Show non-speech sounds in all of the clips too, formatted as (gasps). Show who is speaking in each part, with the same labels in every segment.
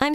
Speaker 1: I'm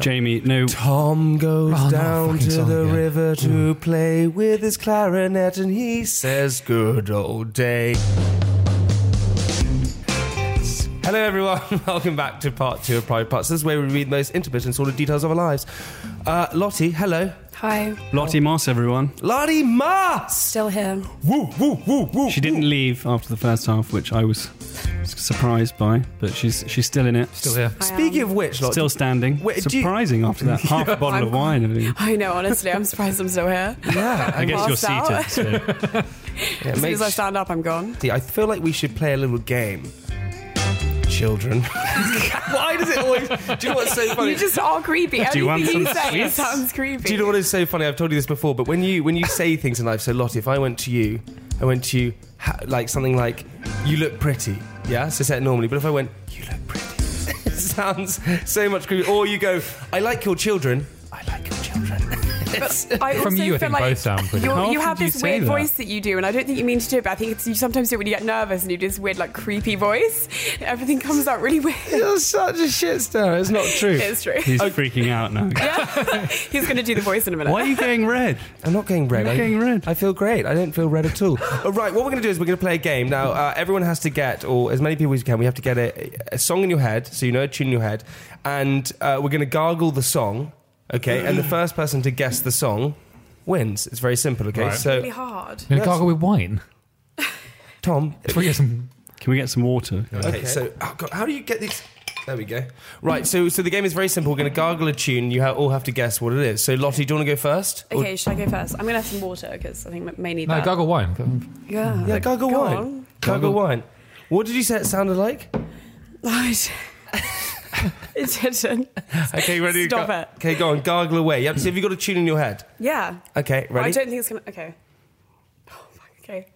Speaker 2: Jamie, no.
Speaker 3: Tom goes
Speaker 2: Oh, not a
Speaker 3: down
Speaker 2: fucking
Speaker 3: to
Speaker 2: song
Speaker 3: the
Speaker 2: again.
Speaker 3: river to play with his clarinet and he says good old day. Hello everyone, (laughs) welcome back to part two of Private Parts. This is where we read the most intimate and sordid details of our lives. Uh, Lottie, hello.
Speaker 4: Hi,
Speaker 2: Lottie Moss, everyone.
Speaker 3: Lottie Mars!
Speaker 4: still here.
Speaker 3: Woo, woo, woo, woo.
Speaker 2: She didn't leave after the first half, which I was surprised by, but she's she's still in it. Still here.
Speaker 3: Speaking of which, Lottie.
Speaker 2: Still standing.
Speaker 3: Wait, do you-
Speaker 2: Surprising after that. Half a bottle of wine. I mean.
Speaker 4: I know, honestly, I'm surprised I'm still here.
Speaker 3: yeah,
Speaker 2: I guess you're
Speaker 4: passed out.
Speaker 2: seated. So.
Speaker 3: yeah,
Speaker 4: As soon as I
Speaker 3: mate,
Speaker 4: stand up, I'm gone.
Speaker 3: I feel like we should play a little (laughs) game. Children. (laughs) Why does it always. Do you know what's so funny?
Speaker 4: You just are creepy.
Speaker 2: Do you want
Speaker 4: Everything you
Speaker 2: some
Speaker 4: say
Speaker 2: sweets?
Speaker 4: sounds creepy.
Speaker 3: Do you know what is so funny? I've told you this before, but when you when you say things in life, so Lottie, if I went to you, I went to you ha- like something like "you look pretty," yeah, so say it normally. But if I went "you look pretty," (laughs) it sounds so much creepy. Or you go, "I like your children." I like your children. (laughs)
Speaker 4: But I
Speaker 5: From
Speaker 4: also
Speaker 5: you, I
Speaker 4: feel
Speaker 5: think
Speaker 4: like
Speaker 5: both sound pretty.
Speaker 4: you're-
Speaker 5: How
Speaker 4: You
Speaker 5: often
Speaker 4: have
Speaker 5: do you
Speaker 4: this
Speaker 5: say
Speaker 4: weird
Speaker 5: that?
Speaker 4: voice that you do, and I don't think you mean to do it, but I think it's, you sometimes do it when you get nervous and you do this weird, like, creepy voice. Everything comes out really weird.
Speaker 3: You're such a shitstorm. It's not true.
Speaker 4: it's true.
Speaker 2: He's freaking out now.
Speaker 4: Yeah. (laughs) He's going to do the voice in a minute.
Speaker 2: Why are you going red?
Speaker 3: I'm not getting red.
Speaker 2: You're not
Speaker 3: I-
Speaker 2: getting red.
Speaker 3: I feel great. I don't feel red at
Speaker 2: (laughs)
Speaker 3: all. all right, what we're going to do is we're going to play a game. Now, uh, everyone has to get, or as many people as you can, we have to get a, a song in your head, so you know a tune in your head, and uh, we're going to gargle the song, okay?
Speaker 2: (gasps)
Speaker 3: and the first person to guess the song wins. It's very simple, okay?
Speaker 5: Right.
Speaker 3: So,
Speaker 4: really hard.
Speaker 5: You're gonna gargle with wine.
Speaker 3: Tom.
Speaker 5: It's where you get some.
Speaker 2: Can we get some water?
Speaker 3: Okay, so, oh God, how do you get these? There we go. Right, so so the game is very simple. We're going to gargle a tune. You ha- all have to guess what it is. So, Lottie, do you want to go first? Or-
Speaker 4: Okay, should I go first? I'm going to have some water because I think I may need
Speaker 5: No,
Speaker 4: that.
Speaker 5: gargle wine.
Speaker 4: Yeah,
Speaker 3: yeah, gargle
Speaker 4: go
Speaker 3: wine.
Speaker 4: on.
Speaker 3: Gargle wine. What did you say it sounded like?
Speaker 4: (laughs) Right. it didn't.
Speaker 3: Okay, ready?
Speaker 4: Stop
Speaker 3: go-
Speaker 4: it.
Speaker 3: Okay, go on, gargle away. Yep. So have you got a tune in your head?
Speaker 4: Yeah.
Speaker 3: Okay,
Speaker 4: But I
Speaker 3: ready?
Speaker 4: don't think it's gonna. Okay. Oh, fuck, okay.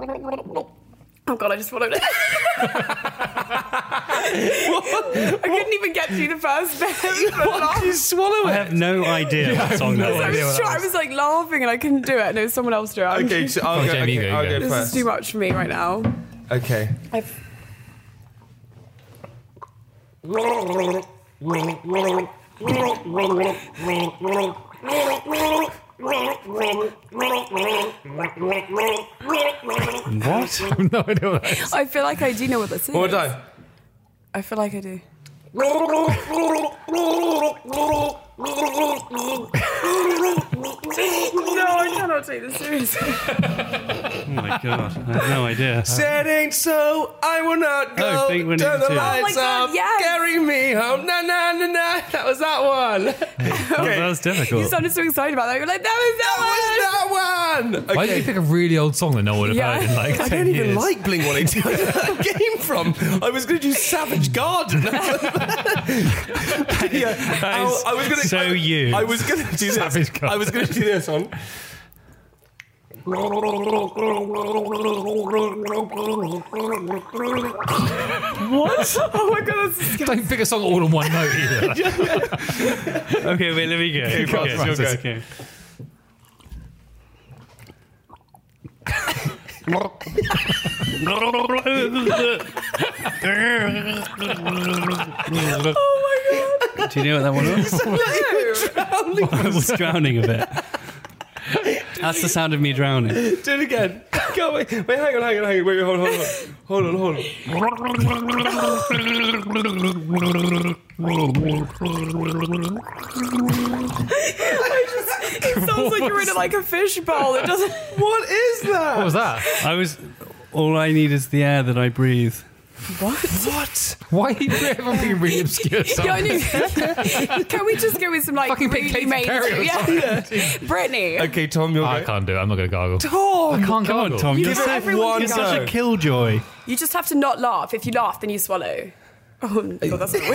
Speaker 4: Oh god, I just followed it. (laughs) I couldn't even get through the first (laughs) bit. I was
Speaker 3: Did you
Speaker 4: laugh-
Speaker 3: swallow
Speaker 2: I
Speaker 3: it?
Speaker 2: have no idea what song that
Speaker 4: I
Speaker 2: was.
Speaker 4: was, try- I was like laughing and I couldn't do it. No, someone else do it. I'm-
Speaker 3: Okay, so I'll
Speaker 5: Oh,
Speaker 3: go,
Speaker 5: Jamie, you
Speaker 3: okay,
Speaker 5: go,
Speaker 3: I'll
Speaker 5: you
Speaker 3: go
Speaker 5: go.
Speaker 4: this is
Speaker 3: first.
Speaker 4: too much for me right now.
Speaker 3: Okay.
Speaker 4: I've,
Speaker 2: What?
Speaker 5: no idea what that is.
Speaker 4: I feel like I do know what this is.
Speaker 3: One more time.
Speaker 4: I feel like I do. (laughs) No, I cannot take this seriously.
Speaker 2: Oh my (laughs) god. I have no idea.
Speaker 3: Said ain't so, I will not go.
Speaker 2: think we need
Speaker 3: Turn the
Speaker 2: to.
Speaker 3: lights
Speaker 4: Oh my God,
Speaker 3: off.
Speaker 4: yes.
Speaker 3: Carry me home. Na na na na. That was that one.
Speaker 2: Oh, that was
Speaker 4: You
Speaker 2: difficult.
Speaker 4: sounded so excited about that. You're like, that was that one.
Speaker 3: that one. Okay.
Speaker 5: Why did you pick a really old song that no one would have
Speaker 4: Yeah.
Speaker 5: heard in like 10
Speaker 3: I don't even
Speaker 5: years?
Speaker 3: like Bling
Speaker 5: (laughs)
Speaker 3: 182. Where did that came from? I was going to do
Speaker 5: (laughs)
Speaker 3: Savage Garden. yeah,
Speaker 2: is
Speaker 3: I was gonna,
Speaker 2: so
Speaker 3: I,
Speaker 2: you.
Speaker 3: I was going to do this.
Speaker 5: Savage Garden.
Speaker 3: I was going to do this one.
Speaker 4: What? (laughs) oh my god, that's disgusting.
Speaker 5: Don't pick a song all on one note
Speaker 2: (laughs)
Speaker 5: either.
Speaker 3: okay, wait, let me go. Okay,
Speaker 5: go,
Speaker 3: okay,
Speaker 5: Francis,
Speaker 3: okay.
Speaker 4: (laughs)
Speaker 5: Oh
Speaker 2: Do you know what that one was?
Speaker 5: (laughs)
Speaker 2: I was drowning a bit. That's the sound of me drowning.
Speaker 3: Do it again. Go wait, wait, hang on, hang on, hang on. Wait, wait, hold on, hold on, hold on, hold on.
Speaker 5: (laughs)
Speaker 4: It sounds like you're in like a fish bowl. It doesn't.
Speaker 3: What is that?
Speaker 5: What was that?
Speaker 2: I was. All I need is the air that I breathe.
Speaker 3: What?
Speaker 5: Why are you ever being really obscure?
Speaker 4: (laughs) Yeah,
Speaker 5: songs?
Speaker 4: I
Speaker 5: (laughs)
Speaker 4: know. Can we just go with some like
Speaker 5: Fucking pick
Speaker 4: really
Speaker 5: Katy
Speaker 4: made?
Speaker 5: Perry or
Speaker 4: yeah. (laughs) Britney.
Speaker 3: Okay, Tom, you're
Speaker 5: I
Speaker 3: going.
Speaker 5: can't do it. I'm not going to gargle.
Speaker 3: Tom,
Speaker 5: I can't
Speaker 2: Come on,
Speaker 5: gargle.
Speaker 2: Tom.
Speaker 4: You
Speaker 2: You're,
Speaker 4: know
Speaker 2: so-
Speaker 4: everyone
Speaker 2: you're
Speaker 4: can
Speaker 2: such
Speaker 4: go.
Speaker 2: a killjoy.
Speaker 4: You just have to not laugh. If you laugh, then you swallow. Oh god, that's not
Speaker 5: (laughs)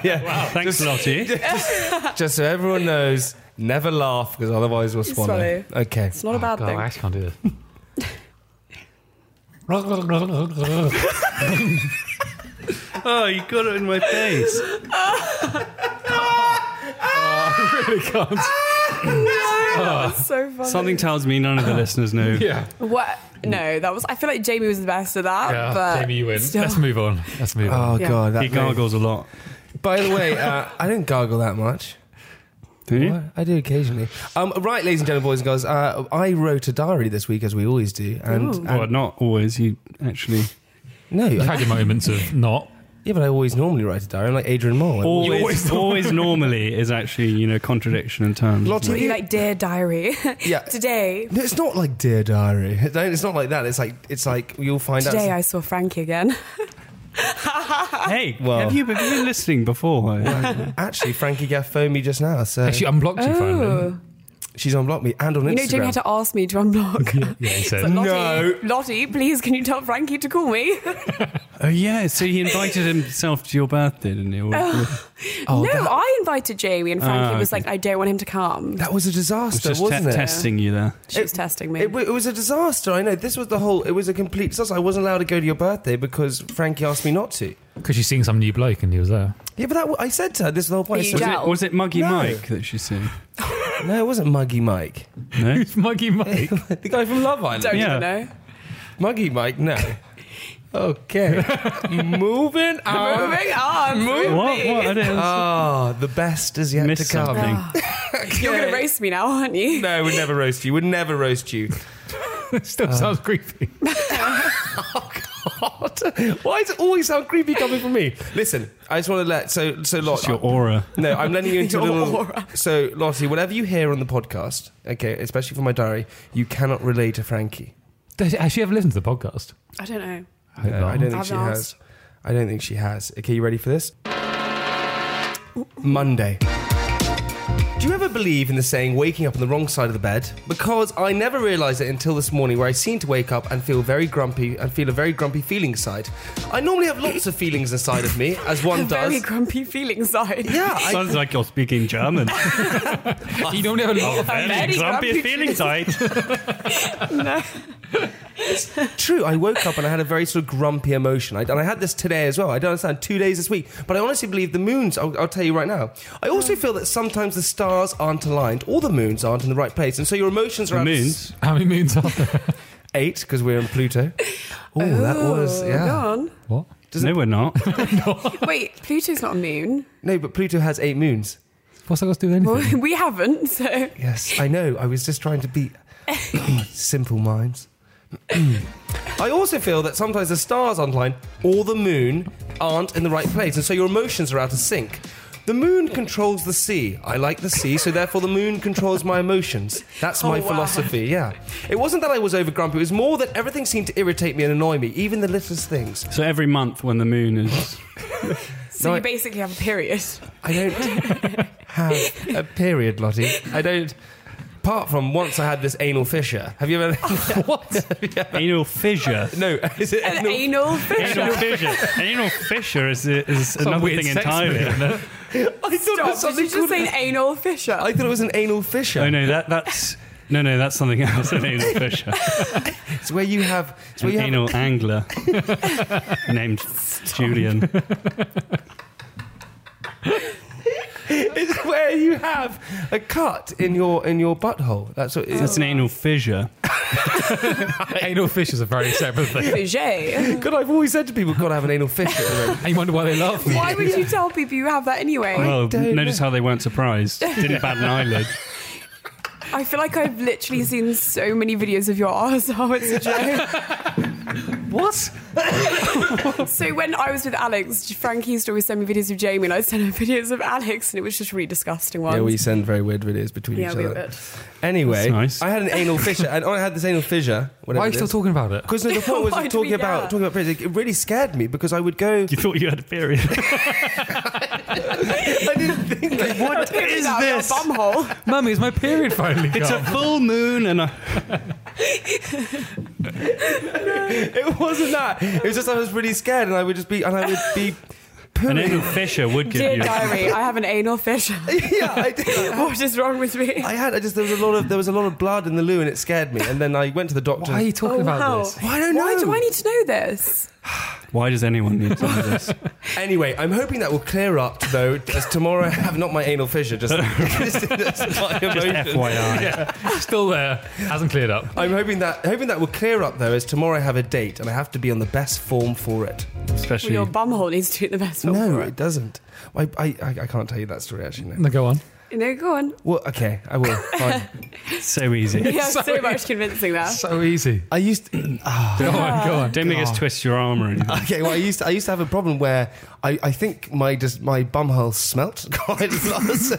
Speaker 4: weird.
Speaker 3: yeah.
Speaker 2: Oh, Thanks, (laughs) Lottie.
Speaker 3: Just so everyone knows, never laugh because otherwise we'll swallow.
Speaker 4: Swallow.
Speaker 3: Okay.
Speaker 4: It's not a bad
Speaker 5: Oh, God,
Speaker 4: thing. (laughs)
Speaker 5: I (laughs) actually can't do this.
Speaker 2: (laughs) Oh, you got it in my face.
Speaker 4: That's so funny.
Speaker 2: Something tells me none of the listeners know.
Speaker 5: yeah.
Speaker 4: What? No, that was. I feel like Jamie was the best at that. but
Speaker 5: Jamie, you win.
Speaker 4: still.
Speaker 5: Let's
Speaker 4: (laughs)
Speaker 5: move on. Let's move
Speaker 2: Uh,
Speaker 5: on.
Speaker 3: Oh
Speaker 4: Yeah.
Speaker 3: god, that
Speaker 2: He gargles a lot.
Speaker 3: By the way, uh, I don't gargle that much.
Speaker 2: Do you?
Speaker 3: What? I do occasionally. Um, right, ladies and gentlemen, boys and girls, uh, I wrote a diary this week as we always do, and, and-
Speaker 2: Well, not always. You actually.
Speaker 3: no,
Speaker 5: You've
Speaker 3: I,
Speaker 5: had your moments of not.
Speaker 3: yeah, but I always normally write a diary. I'm like Adrian Mole. I'm
Speaker 2: Always, (laughs) always, normally is actually, you know, contradiction in terms.
Speaker 3: Lottie,
Speaker 4: Really like dear diary. (laughs)
Speaker 3: Yeah.
Speaker 4: Today,
Speaker 3: No, it's not like dear diary. It don't- It's not like that. It's like it's like you'll find
Speaker 4: today
Speaker 3: out.
Speaker 4: I saw Frankie again.
Speaker 2: Hey,
Speaker 3: Well-
Speaker 2: have you been, have you been listening (laughs) before?
Speaker 3: Actually, Frankie Gaff phoned me just now, so
Speaker 5: Actually, unblocked you, finally.
Speaker 4: Oh.
Speaker 3: she's unblocked me and on
Speaker 4: You
Speaker 3: Instagram.
Speaker 4: know, Jamie had to ask me to unblock.
Speaker 5: (laughs) Yeah, he
Speaker 4: It's
Speaker 5: said.
Speaker 4: like, Lottie,
Speaker 3: No.
Speaker 4: Lottie, please, can you tell Frankie to call me?
Speaker 2: oh yeah, so he invited himself to your birthday, didn't he? Or-
Speaker 5: Oh,
Speaker 4: (laughs) no, I invited Jamie, and Frankie
Speaker 2: Ah,
Speaker 4: was
Speaker 2: okay.
Speaker 4: like, I don't want him to come.
Speaker 3: that was a
Speaker 2: was
Speaker 3: disaster,
Speaker 2: just
Speaker 3: was not
Speaker 2: te-
Speaker 3: it?
Speaker 2: testing you there.
Speaker 4: She was testing me.
Speaker 3: It, wa- it was a disaster. I know. This was the whole. It was a complete disaster. I wasn't allowed to go to your birthday because Frankie asked me not to.
Speaker 5: Because she's seeing some new bloke and he was
Speaker 3: (laughs)
Speaker 5: there.
Speaker 3: Yeah, but that w- I said to her. This is the whole point.
Speaker 4: Are you
Speaker 3: I said,
Speaker 4: jealous?
Speaker 2: Was it Muggy
Speaker 3: No.
Speaker 2: Mike that she's seeing?
Speaker 3: no, it wasn't Muggy Mike.
Speaker 2: No.
Speaker 5: Muggy Mike.
Speaker 3: (laughs) the guy from Love Island.
Speaker 4: (laughs) don't
Speaker 2: yeah.
Speaker 4: even know.
Speaker 3: Muggy Mike. (laughs) No. okay. (laughs) Moving on.
Speaker 4: Moving on.
Speaker 2: what?
Speaker 4: Moving.
Speaker 2: What? I
Speaker 5: Oh,
Speaker 2: didn't-
Speaker 3: Ah, the best is yet
Speaker 2: missed
Speaker 3: to come.
Speaker 2: something.
Speaker 4: (laughs)
Speaker 5: (laughs)
Speaker 4: You're going to race me now, aren't you?
Speaker 3: No, we'd never roast you. We'd never roast (laughs) you.
Speaker 5: Still
Speaker 2: Uh,
Speaker 5: sounds creepy.
Speaker 3: Oh, God. (laughs) Why does it always sound creepy coming from me? Listen, I just want to let so so lot.
Speaker 2: It's your aura.
Speaker 3: No, I'm letting (laughs) you into a
Speaker 4: Your
Speaker 3: little.
Speaker 4: aura.
Speaker 3: So Lottie, whatever you hear on the podcast, okay, especially from my diary, you cannot relay to Frankie.
Speaker 5: Does she actually ever listen to the podcast?
Speaker 4: I don't know.
Speaker 5: I hope
Speaker 3: No, I
Speaker 5: not.
Speaker 3: don't think
Speaker 4: I've
Speaker 3: she
Speaker 4: asked.
Speaker 3: has. I don't think she has. Okay, you ready for this? Monday. Do you ever believe in the saying waking up on the wrong side of the bed? Because I never realised it until this morning where I seemed to wake up and feel very grumpy and feel a very grumpy feeling inside. I normally have lots of feelings inside of me, as one
Speaker 4: (laughs) Very
Speaker 3: does.
Speaker 4: grumpy feeling side.
Speaker 3: yeah, I,
Speaker 2: Sounds like you're
Speaker 5: (laughs)
Speaker 2: speaking German. (laughs)
Speaker 5: You don't have a lot of
Speaker 4: very grumpy
Speaker 2: (laughs)
Speaker 4: feeling
Speaker 2: side.
Speaker 3: True, I woke up and I had a very sort of grumpy emotion. I, and I had this today as well. I don't understand, two days this week. But I honestly believe the moons, I'll, I'll tell you right now. I also feel that sometimes the stars aren't aligned or the moons aren't in the right place. And so your emotions are.
Speaker 2: The
Speaker 3: out of
Speaker 2: moons?
Speaker 5: How many moons are there?
Speaker 3: Eight, because we're in Pluto. oh, that was. Yeah.
Speaker 4: Go on.
Speaker 5: What?
Speaker 2: No, we're not.
Speaker 4: Wait, Pluto's not a moon.
Speaker 3: No, but Pluto has eight moons.
Speaker 5: What's that got to do with anything? (laughs)
Speaker 4: Well, we haven't, so.
Speaker 3: Yes, I know. I was just trying to be (coughs) God, simple minds. (clears throat) I also feel that sometimes the stars aren't aligned or the moon aren't in the right place, and so your emotions are out of sync. The moon controls the sea. I like the sea, so therefore the moon controls my emotions. That's my
Speaker 4: Oh, wow.
Speaker 3: philosophy, yeah. It wasn't that I was over grumpy, it was more that everything seemed to irritate me and annoy me, even the littlest things.
Speaker 2: so every month when the moon
Speaker 5: (laughs)
Speaker 2: is,
Speaker 4: So
Speaker 3: No,
Speaker 4: you
Speaker 3: I-
Speaker 4: basically have a period.
Speaker 3: I don't
Speaker 4: (laughs)
Speaker 3: have a period, Lottie. I don't. Apart from once I had this anal fissure. Have you ever.
Speaker 4: Oh,
Speaker 3: (laughs)
Speaker 4: (laughs)
Speaker 3: what?
Speaker 2: anal fissure.
Speaker 3: No, (laughs) is it
Speaker 4: An
Speaker 3: anal-
Speaker 4: anal
Speaker 2: Anal
Speaker 4: fissure.
Speaker 2: fissure. Anal fissure is, is another
Speaker 5: weird
Speaker 2: thing
Speaker 5: sex
Speaker 2: entirely.
Speaker 5: move,
Speaker 3: I thought it was
Speaker 4: Stop. Did
Speaker 3: something
Speaker 4: you just
Speaker 3: called-
Speaker 4: say an anal fissure?
Speaker 3: I thought it was an anal fissure.
Speaker 2: Oh no, that that's No, no, that's something else. An anal fisher.
Speaker 3: It's where you have. It's
Speaker 2: An
Speaker 3: where you have
Speaker 2: anal (laughs) angler named Julian.
Speaker 3: It's (laughs) where you have a cut in your in your butthole. That's what it
Speaker 2: That's
Speaker 3: is.
Speaker 2: an anal fissure.
Speaker 6: (laughs) Anal fissures are very separate
Speaker 4: (laughs)
Speaker 6: thing.
Speaker 4: Fouget.
Speaker 3: God, I've always said to people, "God, I have an anal fissure." And then-
Speaker 6: And you wonder why they love me.
Speaker 3: (laughs)
Speaker 4: Why would you tell people you have that anyway?
Speaker 2: Well,
Speaker 3: don't
Speaker 2: notice how they weren't surprised. Didn't bat an eyelid.
Speaker 4: I feel like I've literally seen so many videos of your (laughs) arsehole. It's a
Speaker 3: (laughs)
Speaker 4: joke.
Speaker 3: (laughs) what?
Speaker 4: so when I was with Alex, Frankie used to always send me videos of Jamie, and I sent her (laughs) videos of Alex, and it was just really disgusting ones.
Speaker 3: Yeah, we send very weird videos between
Speaker 4: Yeah,
Speaker 3: each
Speaker 4: we
Speaker 3: other.
Speaker 4: would.
Speaker 3: Anyway,
Speaker 2: That's nice.
Speaker 3: I had an anal fissure, and I had this anal fissure. Whatever
Speaker 6: Why are you still (laughs) talking about it?
Speaker 4: (laughs)
Speaker 3: Because no, the point was
Speaker 4: Why do
Speaker 3: talking
Speaker 4: we-
Speaker 3: about
Speaker 4: yeah.
Speaker 3: talking about prison. It really scared me because I would go.
Speaker 2: You thought you had a period.
Speaker 3: (laughs) I
Speaker 2: (laughs)
Speaker 3: didn't think I would.
Speaker 4: It is out
Speaker 2: this?
Speaker 3: (laughs)
Speaker 4: Your bumhole.
Speaker 6: Mummy, is my period finally
Speaker 2: it's a
Speaker 6: gone?
Speaker 2: full moon and a.
Speaker 3: It wasn't that. It was just I was really scared, and I would just be and I would be.
Speaker 2: An anal fissure would give
Speaker 4: Dear
Speaker 2: you.
Speaker 4: diary, I have an anal
Speaker 3: (laughs)
Speaker 4: fissure.
Speaker 3: yeah, I did.
Speaker 4: (laughs) what is wrong with me?
Speaker 3: I had. I just there was a lot of there was a lot of blood in the loo, and it scared me. And then I went to the doctor.
Speaker 6: Why are you talking about
Speaker 4: Oh, wow.
Speaker 6: this?
Speaker 3: Well, I don't
Speaker 4: Why
Speaker 3: know.
Speaker 4: do I need to know this?
Speaker 2: Why does anyone need to
Speaker 6: (laughs)
Speaker 2: know this?
Speaker 3: (laughs) Anyway, I'm hoping that will clear up, though, as tomorrow I have not my anal fissure, just, (laughs) just, my emotions.
Speaker 2: FYI.
Speaker 6: Still there. Hasn't cleared up.
Speaker 3: I'm hoping that hoping that will clear up, though, as tomorrow I have a date and I have to be on the best form for it.
Speaker 4: Well,
Speaker 2: Especially.
Speaker 4: your bumhole needs to do the best. one
Speaker 3: No,
Speaker 4: for
Speaker 3: it
Speaker 4: it.
Speaker 3: doesn't. I, I, I I can't tell you that story, actually.
Speaker 2: Mm.
Speaker 3: No.
Speaker 6: No, go on.
Speaker 4: No, go on.
Speaker 3: Well, okay, I will. Fine.
Speaker 2: so easy.
Speaker 4: Yeah, so
Speaker 6: Sorry.
Speaker 4: much
Speaker 3: (laughs)
Speaker 4: convincing there.
Speaker 6: So easy.
Speaker 3: I used to,
Speaker 6: Go on, go on.
Speaker 2: Don't make us twist your arm or anything.
Speaker 5: (laughs)
Speaker 3: okay. Well, I used to, I used to have a problem where I, I think my just my bumhole smelt (laughs) quite a lot, so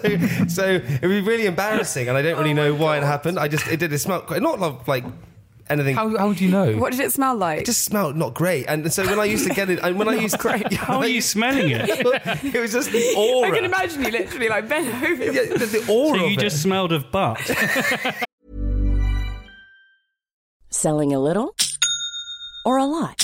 Speaker 3: so it would be really embarrassing, and I don't really know why it happened. I just it did it smelt quite not of, like anything
Speaker 6: How, how would you know?
Speaker 4: What did it smell like?
Speaker 3: It just smelled not great. And so when I used to get it, and when I used (laughs) great,
Speaker 2: How are you
Speaker 5: (laughs)
Speaker 2: smelling it?
Speaker 3: it was just the aura.
Speaker 4: I can imagine you literally like bent over.
Speaker 3: Yeah, the, the aura.
Speaker 2: So you
Speaker 3: of
Speaker 2: just
Speaker 3: it.
Speaker 2: smelled of butt.
Speaker 7: Selling a little or a lot?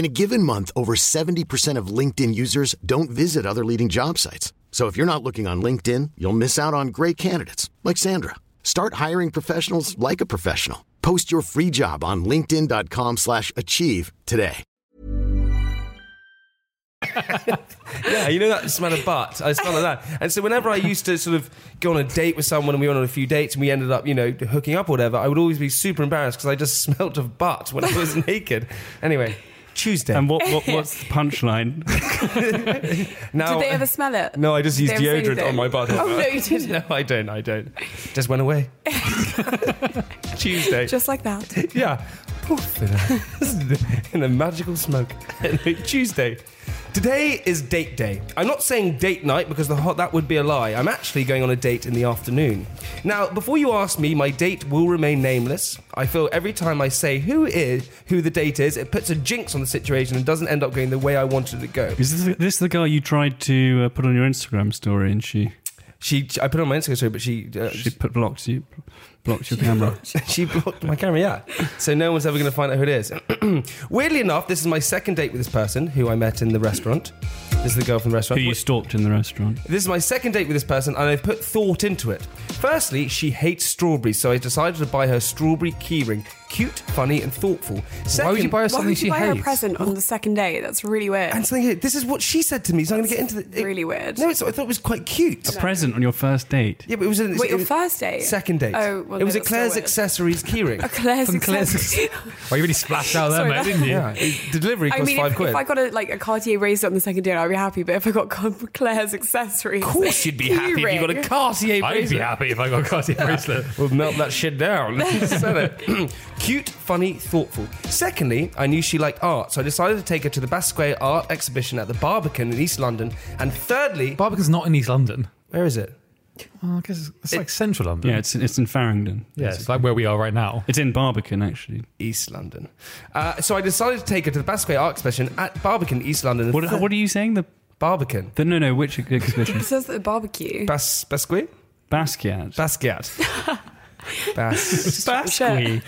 Speaker 8: In a given month, over 70% of LinkedIn users don't visit other leading job sites. So if you're not looking on LinkedIn, you'll miss out on great candidates like Sandra. Start hiring professionals like a professional. Post your free job on linkedin.com/achieve slash achieve today.
Speaker 3: yeah, (laughs) you know that smell of butt. I smell of that. And so whenever I used to sort of go on a date with someone, and we went on a few dates, and we ended up, you know, hooking up or whatever, I would always be super embarrassed because I just (laughs) smelt of butt when I was (laughs) naked. Anyway, Tuesday.
Speaker 2: And what, what what's
Speaker 5: (laughs)
Speaker 2: the punchline?
Speaker 3: now,
Speaker 4: Did they ever smell it?
Speaker 3: Oh, (laughs) No, I just used
Speaker 4: Did they ever say
Speaker 3: deodorant on
Speaker 4: anything?
Speaker 3: my butt.
Speaker 4: Oh no,
Speaker 3: (laughs)
Speaker 4: you didn't.
Speaker 3: no, I don't. I don't. Just went
Speaker 4: (laughs)
Speaker 3: away. Tuesday.
Speaker 4: Just like that.
Speaker 3: Yeah. Poof, (laughs) in a- in a magical smoke. (laughs) Anyway, Tuesday. Today is date day. I'm not saying date night because the hot, that would be a lie. I'm actually going on a date in the afternoon. Now, before you ask me, my date will remain nameless. I feel every time I say who is who the date is, it puts a jinx on the situation and doesn't end up going the way I wanted it to go.
Speaker 2: Is this, this the guy you tried to uh, put on your Instagram story and she
Speaker 3: She, I put it on my Instagram story, but she, uh,
Speaker 2: she put blocked you? blocked your camera.
Speaker 3: (laughs) she blocked my camera, yeah. So no one's ever going to find out who it is. (clears throat) Weirdly enough, this is my second date with this person who I met in the restaurant. This is the girl from the restaurant.
Speaker 2: Who you stalked in the restaurant.
Speaker 3: This is my second date with this person, and I've put thought into it. Firstly, she hates strawberries, so I decided to buy her strawberry keyring. Cute, funny, and thoughtful. Second,
Speaker 5: would you buy her Why something
Speaker 4: Would you buy her a present on the second day? That's really weird.
Speaker 3: And something this is what she said to me, so I'm going to get into the. it-
Speaker 4: really weird.
Speaker 3: no, it's, I thought it was quite cute.
Speaker 2: A present on your first date.
Speaker 3: Yeah, but it was an,
Speaker 4: Wait, your
Speaker 3: it-
Speaker 4: first date?
Speaker 3: second date.
Speaker 4: Oh, well,
Speaker 3: it was
Speaker 4: no,
Speaker 3: a
Speaker 4: that's still
Speaker 3: Claire's
Speaker 4: weird.
Speaker 3: accessories
Speaker 4: (laughs)
Speaker 3: keyring.
Speaker 4: A Claire's
Speaker 5: From Claire's-
Speaker 4: accessory. (laughs)
Speaker 5: Well, you really splashed out there,
Speaker 4: Sorry,
Speaker 5: mate,
Speaker 4: that-
Speaker 5: didn't you?
Speaker 3: Yeah, it- the delivery
Speaker 4: I
Speaker 3: cost
Speaker 4: mean,
Speaker 3: five
Speaker 4: if,
Speaker 3: quid.
Speaker 4: if I got a, like a Cartier razor on the second day, I'd be happy. But if I got (laughs) Com- Claire's accessories,
Speaker 3: of course, you'd be happy if you got a
Speaker 4: Keyring.
Speaker 3: Cartier
Speaker 5: I'd be
Speaker 3: bracelet.
Speaker 5: happy if I got a Cartier
Speaker 2: (laughs)
Speaker 5: bracelet.
Speaker 3: We'll melt that (laughs) shit down.
Speaker 5: (laughs)
Speaker 3: Said it. (clears throat) Cute, funny, thoughtful. Secondly, I knew she liked art, so I decided to take her to the Basque Art Exhibition at the Barbican in East London. And thirdly,
Speaker 5: Barbican's not in East London.
Speaker 3: where is it?
Speaker 5: Oh, I guess it's, it's like central London.
Speaker 2: Yeah, it's it's in Farringdon.
Speaker 5: Yeah, it's like where we are right now.
Speaker 2: It's in Barbican actually.
Speaker 3: East London. Uh, so I decided to take her to the Basque Art Exhibition at Barbican, East London.
Speaker 2: What what are you saying? The
Speaker 3: Barbican.
Speaker 2: the no no which exhibition?
Speaker 5: (laughs)
Speaker 4: It says that the barbecue.
Speaker 3: Bas- Basque?
Speaker 2: Basquiat.
Speaker 3: Basquiat. Bas-
Speaker 2: Basquiat.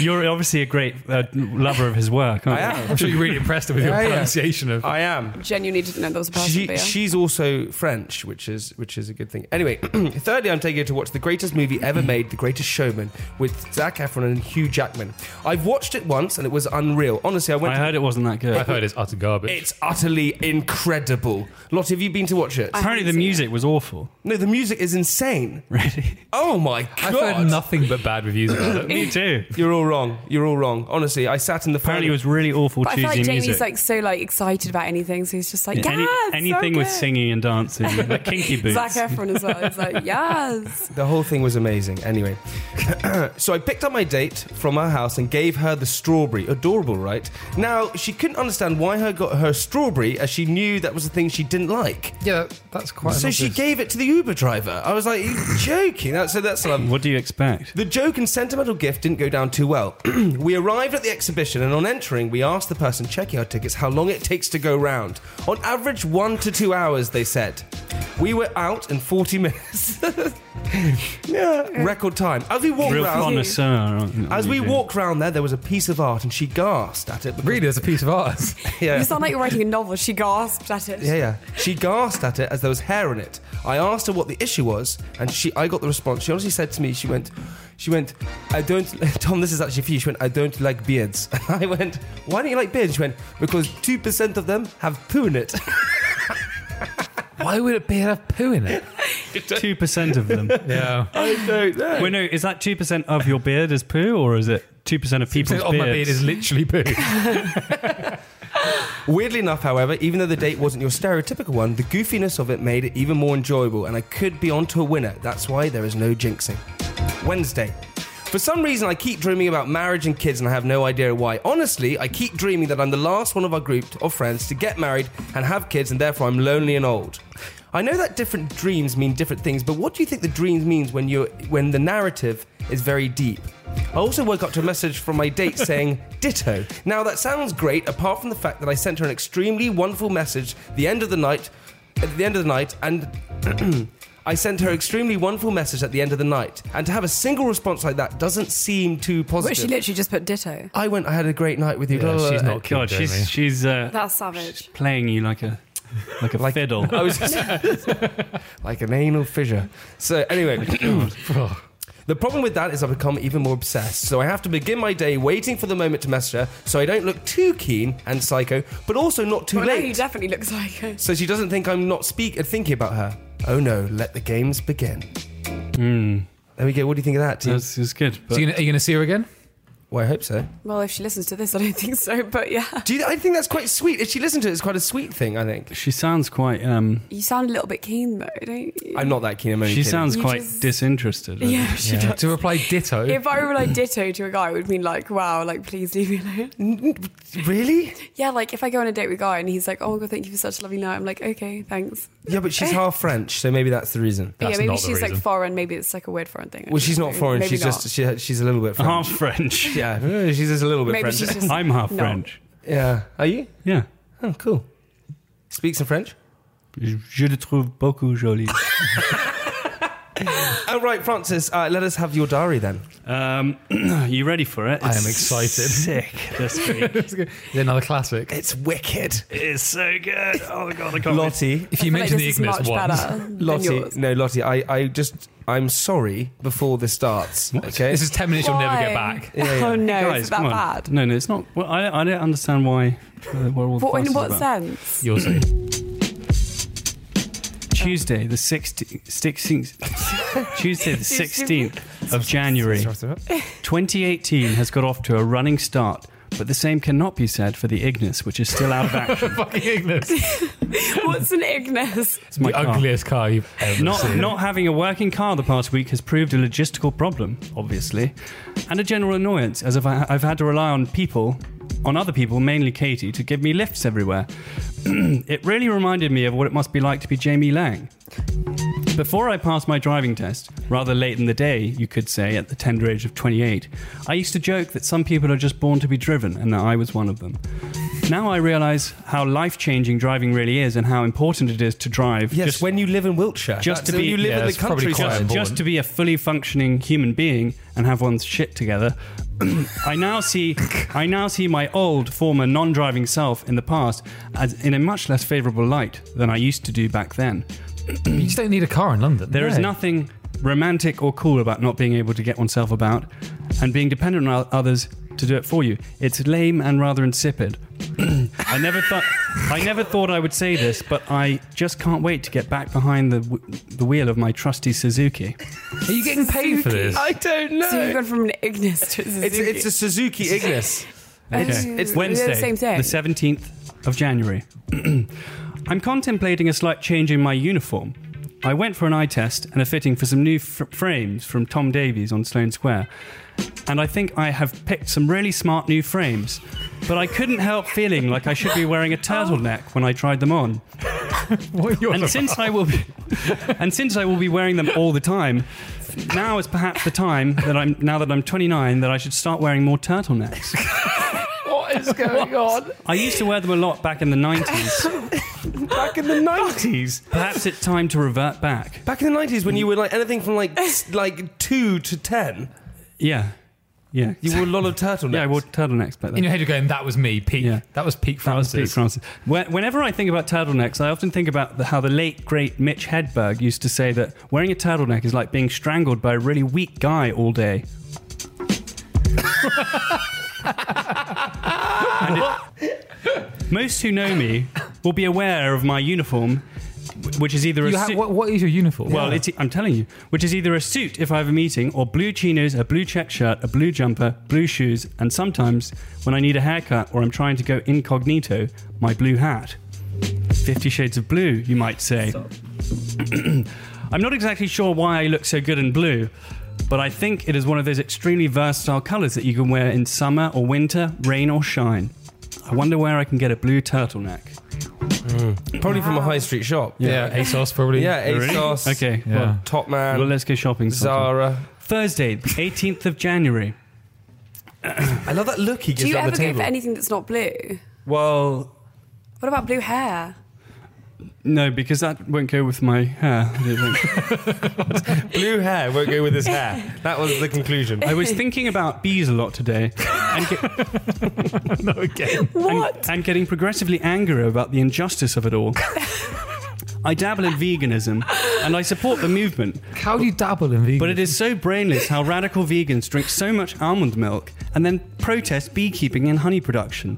Speaker 2: You're obviously a great uh, lover of his work. Aren't
Speaker 3: I am.
Speaker 5: I'm sure you're really impressed with your
Speaker 3: Yeah, yeah.
Speaker 5: pronunciation of.
Speaker 3: (laughs) I am.
Speaker 4: Genuinely didn't know there was a person.
Speaker 3: She,
Speaker 4: but yeah.
Speaker 3: she's also French, which is which is a good thing. Anyway, (clears throat) thirdly, I'm taking you to watch the greatest movie ever made, The Greatest Showman, with Zach Efron and Hugh Jackman. I've watched it once and it was unreal. Honestly, I
Speaker 2: you?
Speaker 3: went.
Speaker 2: I heard it wasn't that
Speaker 5: I've
Speaker 2: good.
Speaker 5: heard it's utter garbage.
Speaker 3: it's utterly incredible. Lot, have you been to watch it?
Speaker 2: (laughs) Apparently the music was awful. (laughs)
Speaker 3: No, the music is insane.
Speaker 2: Really?
Speaker 3: Oh my
Speaker 5: I've
Speaker 3: god!
Speaker 5: heard nothing but bad reviews about it.
Speaker 2: (laughs) Me too.
Speaker 3: You're all wrong. You're all wrong. Honestly, I sat in the
Speaker 2: Apparently it was really awful
Speaker 4: but I
Speaker 2: choosing
Speaker 4: feel like Jamie's
Speaker 2: music.
Speaker 4: like so like excited about anything, so he's just like,
Speaker 2: Yeah,
Speaker 4: yeah,
Speaker 2: any-
Speaker 4: it's so
Speaker 2: anything with
Speaker 4: good."
Speaker 2: singing and dancing, like kinky boots.
Speaker 4: Zac Efron as well. He's like, yes.
Speaker 3: The whole thing was amazing. Anyway, (clears throat) so I picked up my date from her house and gave her the strawberry. Adorable, right? Now she couldn't understand why her got her strawberry, as she knew that was the thing she didn't like.
Speaker 5: Yeah, that's quite.
Speaker 3: so she gave it to the Uber driver. I was like,
Speaker 5: (laughs)
Speaker 3: "You're (coughs) joking?" That, so that's um,
Speaker 2: What do you expect?
Speaker 3: the joke and sentimental gift didn't go down too well. (clears throat) we arrived at the exhibition, and on entering, we asked the person checking our tickets how long it takes to go round. On average, one to two hours, they said. We were out in
Speaker 5: (laughs)
Speaker 3: 40 (laughs) minutes. yeah, record time. As we walked
Speaker 2: Real
Speaker 3: round,
Speaker 2: connoisseur. aren't you?
Speaker 3: as we
Speaker 2: Yeah.
Speaker 3: walked round there, there was a piece of art, and she gasped at it. because-
Speaker 5: Really, as a piece of art.
Speaker 3: (laughs) Yeah.
Speaker 4: You sound like you're writing a novel. She gasped at it.
Speaker 3: Yeah, yeah. She gasped at it as there was hair in it. I asked her what the issue was, and she, I got the response. She honestly said to me, she went, she went, I don't, (laughs) Tom, this is actually for you. She went, I don't like beards. (laughs) And I went, why don't you like beards? She went, because 2% of them have poo in it. (laughs)
Speaker 5: Why would it be a poo in it?
Speaker 2: two percent of them.
Speaker 5: Yeah.
Speaker 3: I don't know.
Speaker 2: Wait, no, is that two percent of your beard is poo, or is it two percent of people's
Speaker 5: on "Oh, my beard is literally poo.
Speaker 3: Weirdly enough, however, even though the date wasn't your stereotypical one, the goofiness of it made it even more enjoyable, and I could be onto a winner. That's why there is no jinxing. Wednesday. For some reason, I keep dreaming about marriage and kids, and I have no idea why. Honestly, I keep dreaming that I'm the last one of our group of friends to get married and have kids, and therefore I'm lonely and old. I know that different dreams mean different things, but what do you think the dreams means when you when the narrative is very deep? I also woke up to a message from my date saying ditto. Now that sounds great, apart from the fact that I sent her an extremely wonderful message the end of the night at the end of the night and (clears throat) I sent her extremely wonderful message at the end of the night, and to have a single response like that doesn't seem too
Speaker 4: But she
Speaker 3: positive.
Speaker 4: literally just put ditto.
Speaker 3: I went, I had a great night with you. blah, blah,
Speaker 5: she's
Speaker 3: blah.
Speaker 5: not cute,
Speaker 2: Uh, God,
Speaker 5: Jamie.
Speaker 2: she's she's uh,
Speaker 4: That's savage.
Speaker 2: playing you like a like a fiddle.
Speaker 3: I was (laughs) like an anal fissure. So
Speaker 5: (clears throat)
Speaker 3: anyway, the problem with that is I've become even more obsessed. So I have to begin my day waiting for the moment to message her, so I don't look too keen and psycho, but also not too
Speaker 4: Well, now
Speaker 3: late.
Speaker 4: you definitely look psycho.
Speaker 3: so she doesn't think I'm not speak uh, thinking about her. Oh no, let the games begin.
Speaker 5: Hmm.
Speaker 3: There we go. What do you think of that, team?
Speaker 2: That's it's good. But
Speaker 5: So you gonna- are you going to see her again?
Speaker 3: well, I hope so.
Speaker 4: Well, if she listens to this, I don't think so. But yeah,
Speaker 3: Do you, I think that's quite sweet. If she listened to it, it's quite a sweet thing. I think
Speaker 2: she sounds quite um,
Speaker 4: you sound a little bit keen though, don't you?
Speaker 3: I'm not that keen. I'm only
Speaker 2: she
Speaker 3: kidding.
Speaker 2: sounds
Speaker 4: You
Speaker 2: quite
Speaker 4: just-
Speaker 2: disinterested. I
Speaker 4: yeah,
Speaker 2: think.
Speaker 4: she does.
Speaker 5: To reply ditto.
Speaker 4: If I were like ditto to a guy, it would mean like, wow, like please leave me alone. (laughs)
Speaker 3: really.
Speaker 4: Yeah, like if I go on a date with a guy and he's like, oh my god, thank you for such a lovely night. I'm like, okay, thanks.
Speaker 3: Yeah, but she's half French, so maybe that's the reason.
Speaker 4: But
Speaker 5: That's
Speaker 4: yeah, maybe
Speaker 5: not the
Speaker 4: she's like
Speaker 5: reason.
Speaker 4: foreign. Maybe it's like a weird foreign thing.
Speaker 3: Well, she's not
Speaker 4: Maybe-
Speaker 3: foreign.
Speaker 4: maybe
Speaker 3: she's
Speaker 4: not.
Speaker 3: just she, she's a little bit
Speaker 2: half
Speaker 5: Uh-huh.
Speaker 3: French.
Speaker 2: French.
Speaker 4: (laughs)
Speaker 3: Yeah, she's just a little bit
Speaker 4: Maybe
Speaker 3: French.
Speaker 4: she's just.
Speaker 2: I'm half
Speaker 4: No.
Speaker 2: French.
Speaker 3: Yeah, are you?
Speaker 2: Yeah.
Speaker 3: Oh, cool. Speaks in French.
Speaker 2: Je le trouve beaucoup joli.
Speaker 3: And All right, Francis, uh, let us have your diary then.
Speaker 2: Um, (clears throat) you ready for it?
Speaker 5: I am excited.
Speaker 2: Sick this week.
Speaker 5: Another classic.
Speaker 3: It's wicked.
Speaker 2: It's so good. Oh my god, I can't. wait.
Speaker 3: Lottie.
Speaker 5: If you
Speaker 4: I feel
Speaker 5: mention
Speaker 4: like
Speaker 5: the
Speaker 4: this is
Speaker 5: Ignis
Speaker 4: much
Speaker 5: once,
Speaker 3: (laughs)
Speaker 4: better than
Speaker 3: Lottie.
Speaker 4: yours.
Speaker 3: No, Lottie, I, I just, I'm sorry before this starts. Okay?
Speaker 5: this is ten minutes you'll never get
Speaker 4: Why?
Speaker 5: back.
Speaker 3: Yeah, yeah.
Speaker 4: Oh no,
Speaker 2: Guys,
Speaker 4: is it that
Speaker 2: come on.
Speaker 4: bad?
Speaker 2: No, no, it's not. Well, I, I don't understand why. Uh, we're all
Speaker 4: What, in
Speaker 2: fussed
Speaker 4: what
Speaker 2: about.
Speaker 4: sense?
Speaker 5: You'll see.
Speaker 2: Tuesday, the 16th, 16th (laughs) Tuesday, the 16th of January, 2018 has got off to a running start, but the same cannot be said for the Ignis, which is still out of action.
Speaker 5: (laughs) Fucking Ignis.
Speaker 3: (laughs)
Speaker 5: It's
Speaker 4: (laughs) What's an Ignis?
Speaker 2: It's my
Speaker 5: the
Speaker 2: car.
Speaker 5: ugliest car you've ever
Speaker 2: Not,
Speaker 5: seen.
Speaker 2: not having a working car the past week has proved a logistical problem, obviously, and a general annoyance, as I've, I've had to rely on people, on other people, mainly Katie, to give me lifts everywhere. (clears throat) it really reminded me of what it must be like to be Jamie Lang. Before I passed my driving test, rather late in the day, you could say, at the tender age of 28, I used to joke that some people are just born to be driven and that I was one of them. Now I realise how life changing driving really is and how important it is to drive
Speaker 3: yes,
Speaker 2: just
Speaker 3: when you live in Wiltshire.
Speaker 2: Just to
Speaker 3: That's-
Speaker 2: be-
Speaker 3: You live
Speaker 5: yeah,
Speaker 3: in the
Speaker 5: it's probably
Speaker 3: countryside.
Speaker 5: quite
Speaker 2: just,
Speaker 5: important.
Speaker 2: just to be a fully functioning human being and have one's shit together. (coughs) I now see, I now see my old former non-driving self in the past as in a much less favourable light than I used to do back then.
Speaker 5: you just don't need a car in London.
Speaker 2: There is
Speaker 5: No.
Speaker 2: nothing romantic or cool about not being able to get oneself about and being dependent on others to do it for you. It's lame and rather insipid. (clears throat) I never thought I never thought I would say this, but I just can't wait to get back behind the w- the wheel of my trusty Suzuki.
Speaker 5: Are you getting paid for this?
Speaker 3: I don't know.
Speaker 4: So you've gone from an Ignis to a
Speaker 3: it's,
Speaker 4: Suzuki.
Speaker 3: it's a Suzuki Ignis.
Speaker 2: It's
Speaker 4: they're
Speaker 2: Wednesday,
Speaker 4: The same thing.
Speaker 2: the 17th of January. (clears throat) I'm contemplating a slight change in my uniform. I went for an eye test and a fitting for some new f- frames from Tom Davies on Sloane Square. And I think I have picked some really smart new frames. But I couldn't help feeling like I should be wearing a turtleneck when I tried them on.
Speaker 5: What are you on
Speaker 2: And
Speaker 5: about?
Speaker 2: since I will be, and since I will be wearing them all the time, now is perhaps the time that I'm now that I'm 29 that I should start wearing more turtlenecks.
Speaker 3: What is going on?
Speaker 2: I used to wear them a lot back in the 90s.
Speaker 3: Back in the 90s.
Speaker 2: Perhaps it's time to revert back.
Speaker 3: Back in the 90s when you were like anything from
Speaker 5: (laughs)
Speaker 3: like s- like 2 to 10,
Speaker 2: Yeah. Yeah.
Speaker 3: you wore a lot of turtlenecks.
Speaker 2: yeah, I (laughs) wore turtlenecks back
Speaker 5: in
Speaker 2: then.
Speaker 5: your head you're going, that was me, Pete.
Speaker 2: Yeah.
Speaker 5: That was Pete
Speaker 2: That was
Speaker 5: Francis.
Speaker 2: Pete Francis. When- Whenever I think about turtlenecks, I often think about the, how the late, great Mitch Hedberg used to say that wearing a turtleneck is like being strangled by a really weak guy all day. (laughs) And it- most who know me will be aware of my uniform, wh- which is either a
Speaker 5: You ha-
Speaker 2: suit-
Speaker 5: what, what is your uniform?
Speaker 2: Well, it's, I'm telling you, which is either a suit if I have a meeting, or blue chinos, a blue check shirt, a blue jumper, blue shoes, and sometimes, when I need a haircut or I'm trying to go incognito, my blue hat. Fifty Shades of Blue, you might say. (clears throat) I'm not exactly sure why I look so good in blue, but I think it is one of those extremely versatile colours that you can wear in summer or winter, rain or shine. I wonder where I can get a blue turtleneck.
Speaker 3: Probably from a high street shop.
Speaker 5: yeah, ASOS probably.
Speaker 3: Yeah, ASOS.
Speaker 2: Okay,
Speaker 5: Yeah.
Speaker 2: well,
Speaker 3: Top man.
Speaker 2: well, let's go shopping. sometime.
Speaker 3: Zara.
Speaker 2: Thursday, 18th of January.
Speaker 3: I love that look he gives
Speaker 4: Do you
Speaker 3: around
Speaker 4: ever
Speaker 3: the
Speaker 4: go
Speaker 3: table.
Speaker 4: for anything that's not blue?
Speaker 2: Well,
Speaker 4: What about blue hair?
Speaker 2: no, because that won't go with my hair. I don't (laughs) think.
Speaker 3: Blue hair won't go with
Speaker 5: (laughs)
Speaker 3: his hair. That was the conclusion.
Speaker 2: I was thinking about bees a lot today and, get-
Speaker 5: no, again.
Speaker 2: and,
Speaker 4: What?
Speaker 2: and getting progressively angrier about the injustice of it (laughs) all. I dabble in veganism and I support the movement,
Speaker 5: How do you dabble in vegan?
Speaker 2: but it is so brainless how radical vegans drink so much almond milk and then protest beekeeping and honey production.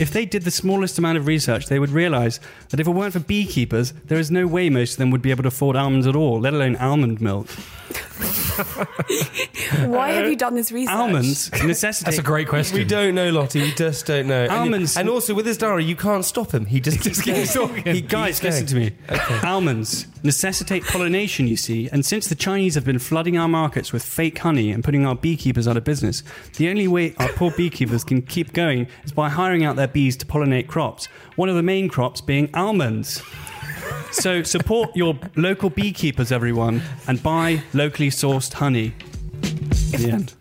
Speaker 2: If they did the smallest amount of research, they would realize that if it weren't for beekeepers, there is no way most of them would be able to afford almonds at all, let alone almond milk.
Speaker 4: Why have you done this
Speaker 5: Uh,
Speaker 4: research?
Speaker 2: Almonds necessitate.
Speaker 5: That's a great question.
Speaker 3: We don't know, Lottie. We just don't know. And you-
Speaker 2: Almonds-
Speaker 3: And, also with his diary, you can't stop him. He just keeps going.
Speaker 2: Hey, guys, listen to me. Almonds necessitate pollination, you see, and since the Chinese have been flooding our markets with fake honey and putting our beekeepers out of business, the only way our poor (laughs) beekeepers can keep going is by hiring out their bees to pollinate crops, one of the main crops being almonds. So support your local beekeepers, everyone, and buy locally sourced honey. The end.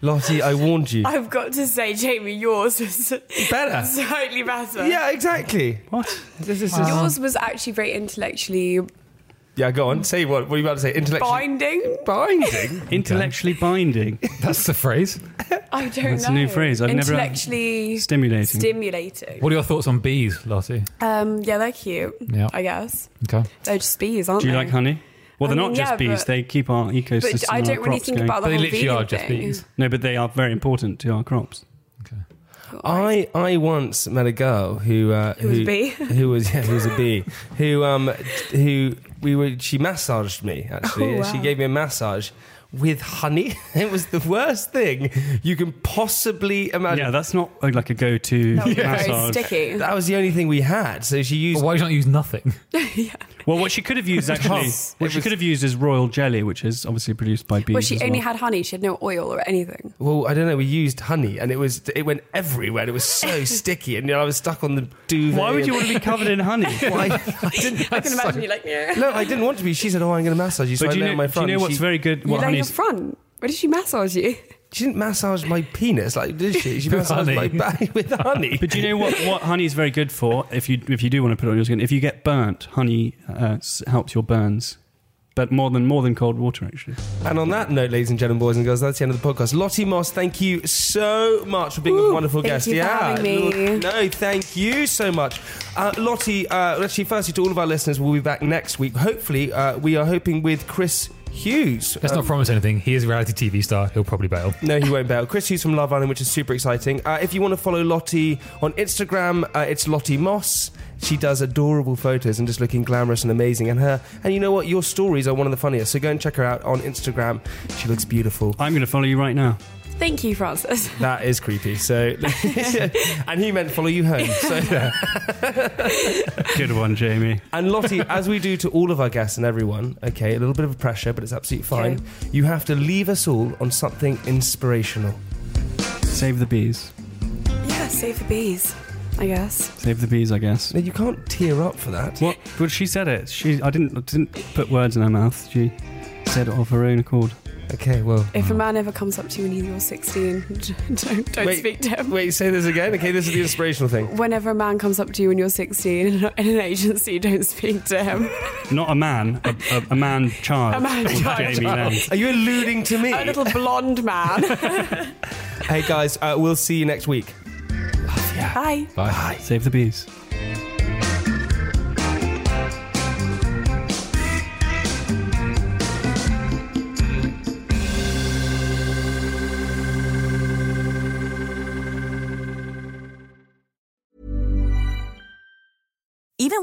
Speaker 3: Lottie, I warned you.
Speaker 4: I've got to say, Jamie, yours was
Speaker 3: Better.
Speaker 4: (laughs) slightly better.
Speaker 3: Yeah, exactly.
Speaker 2: What?
Speaker 3: This is
Speaker 4: Yours was actually very intellectually
Speaker 3: Yeah, go on. Say what? What are you about to say? Intellectual.
Speaker 4: Binding?
Speaker 2: (laughs)
Speaker 3: Binding?
Speaker 2: Intellectually binding.
Speaker 5: That's the phrase.
Speaker 4: I don't know.
Speaker 2: That's a new phrase. I've never-
Speaker 4: Intellectually
Speaker 2: Stimulating.
Speaker 4: Stimulating.
Speaker 5: What are your thoughts on bees, Lottie?
Speaker 4: Um, yeah, they're cute.
Speaker 5: Yeah.
Speaker 4: I guess
Speaker 5: Okay.
Speaker 4: they're just bees, aren't
Speaker 2: Do you
Speaker 4: they?
Speaker 2: like honey? Well, they're
Speaker 4: I
Speaker 2: not
Speaker 4: mean,
Speaker 2: just
Speaker 4: yeah,
Speaker 2: bees.
Speaker 4: but-
Speaker 2: They keep our ecosystem.
Speaker 4: I
Speaker 2: and our
Speaker 4: don't really
Speaker 2: crops
Speaker 4: think
Speaker 2: going.
Speaker 4: about the
Speaker 5: They
Speaker 4: whole
Speaker 5: literally
Speaker 4: vegan
Speaker 5: are just
Speaker 4: thing. (laughs)
Speaker 5: bees.
Speaker 2: No, but they are very important to our crops.
Speaker 3: I I once met a girl who uh,
Speaker 4: Who was a bee?
Speaker 3: who was yeah, who was a bee who um who we were she massaged me actually
Speaker 4: Oh,
Speaker 3: and she
Speaker 4: wow.
Speaker 3: gave me a massage with honey. (laughs) It was the worst thing you can possibly imagine.
Speaker 2: Yeah, that's not uh, like a go-to
Speaker 4: That would be very
Speaker 2: massage.
Speaker 4: sticky.
Speaker 3: That was the only thing we had. So she used.
Speaker 5: Why don't you use nothing?
Speaker 2: Well, what she could have
Speaker 4: (laughs)
Speaker 2: used actually,
Speaker 3: Yes.
Speaker 2: what she could have used is royal jelly, which is obviously produced by bees.
Speaker 4: Well, she
Speaker 2: as
Speaker 4: only
Speaker 2: well.
Speaker 4: had honey. She had no oil or anything.
Speaker 3: Well, I don't know. We used honey, and it was it went everywhere. and It was
Speaker 4: (laughs)
Speaker 3: so sticky, and you know, I was stuck on the duvet.
Speaker 2: Why would you
Speaker 3: and-
Speaker 2: want to be covered in
Speaker 4: (laughs)
Speaker 2: honey?
Speaker 3: Why? I didn't.
Speaker 4: I can imagine you
Speaker 2: (laughs)
Speaker 4: like yeah.
Speaker 3: No, (laughs) I didn't want to be. She said, "Oh, I'm going to massage you." So
Speaker 2: But
Speaker 3: I
Speaker 2: do you
Speaker 3: lay on
Speaker 2: know,
Speaker 3: my
Speaker 2: do you
Speaker 3: front.
Speaker 2: know
Speaker 3: and
Speaker 2: what's
Speaker 3: she,
Speaker 2: very good?
Speaker 4: You
Speaker 2: What
Speaker 4: lay
Speaker 2: honey
Speaker 4: your
Speaker 2: is?
Speaker 4: front. Where did she massage you?
Speaker 3: She didn't massage my penis like did she? She
Speaker 5: With
Speaker 3: massaged my
Speaker 5: honey.
Speaker 3: back (laughs) with honey.
Speaker 2: (laughs) But do you know what, what honey is very good for? If you if you do want to put it on your skin, if you get burnt, honey uh, s- helps your burns, but more than more than cold water actually.
Speaker 3: And on that note, ladies and gentlemen, boys and girls, that's the end of the podcast. Lottie Moss, thank you so much for being a wonderful
Speaker 4: thank
Speaker 3: guest.
Speaker 4: you for
Speaker 3: yeah,
Speaker 4: having me.
Speaker 3: Lord- no, thank you so much, uh, Lottie. Uh, actually, firstly, to all of our listeners, we'll be back next week. Hopefully, uh, we are hoping with Chris Hughes. Um,
Speaker 5: Let's not promise anything. He is a reality TV star. He'll probably bail.
Speaker 3: No, he won't bail. Chris Hughes from Love Island, which is super exciting. Uh, if you want to follow Lottie on Instagram, uh, it's Lottie Moss. She does adorable photos and just looking glamorous and amazing. And her, and you know what, your stories are one of the funniest. So go and check her out on Instagram. She looks beautiful.
Speaker 2: I'm going to follow you right now.
Speaker 4: Thank you, Francis.
Speaker 3: That is creepy. So, (laughs) and he meant follow you home. So. (laughs)
Speaker 2: Good one, Jamie.
Speaker 3: And Lottie, as we do to all of our guests and everyone, okay, a little bit of pressure, but it's absolutely fine.
Speaker 4: Okay.
Speaker 3: You have to leave us all on something inspirational.
Speaker 2: Save the bees.
Speaker 4: yeah, save the bees, I guess.
Speaker 2: Save the bees, I guess.
Speaker 3: Now, you can't tear up for that.
Speaker 2: What? Well, she said it. She. I didn't. I didn't put words in her mouth. She said it of her own accord.
Speaker 3: Okay, well.
Speaker 4: If a man ever comes up to you when you're 16, (laughs) don't, don't speak to him.
Speaker 3: Wait, say this again. Okay, this is the inspirational thing.
Speaker 4: Whenever a man comes up to you when you're 16 in an- (laughs) in an agency, don't speak to him.
Speaker 5: (laughs)
Speaker 2: Not a man. A, a, a man child.
Speaker 4: A man
Speaker 2: called
Speaker 4: child.
Speaker 2: Jamie Lang.
Speaker 3: Are you alluding to me?
Speaker 4: a little blonde man.
Speaker 3: hey guys, uh, we'll see you next week.
Speaker 4: (laughs) Bye.
Speaker 5: Bye.
Speaker 2: Save the bees.
Speaker 7: Even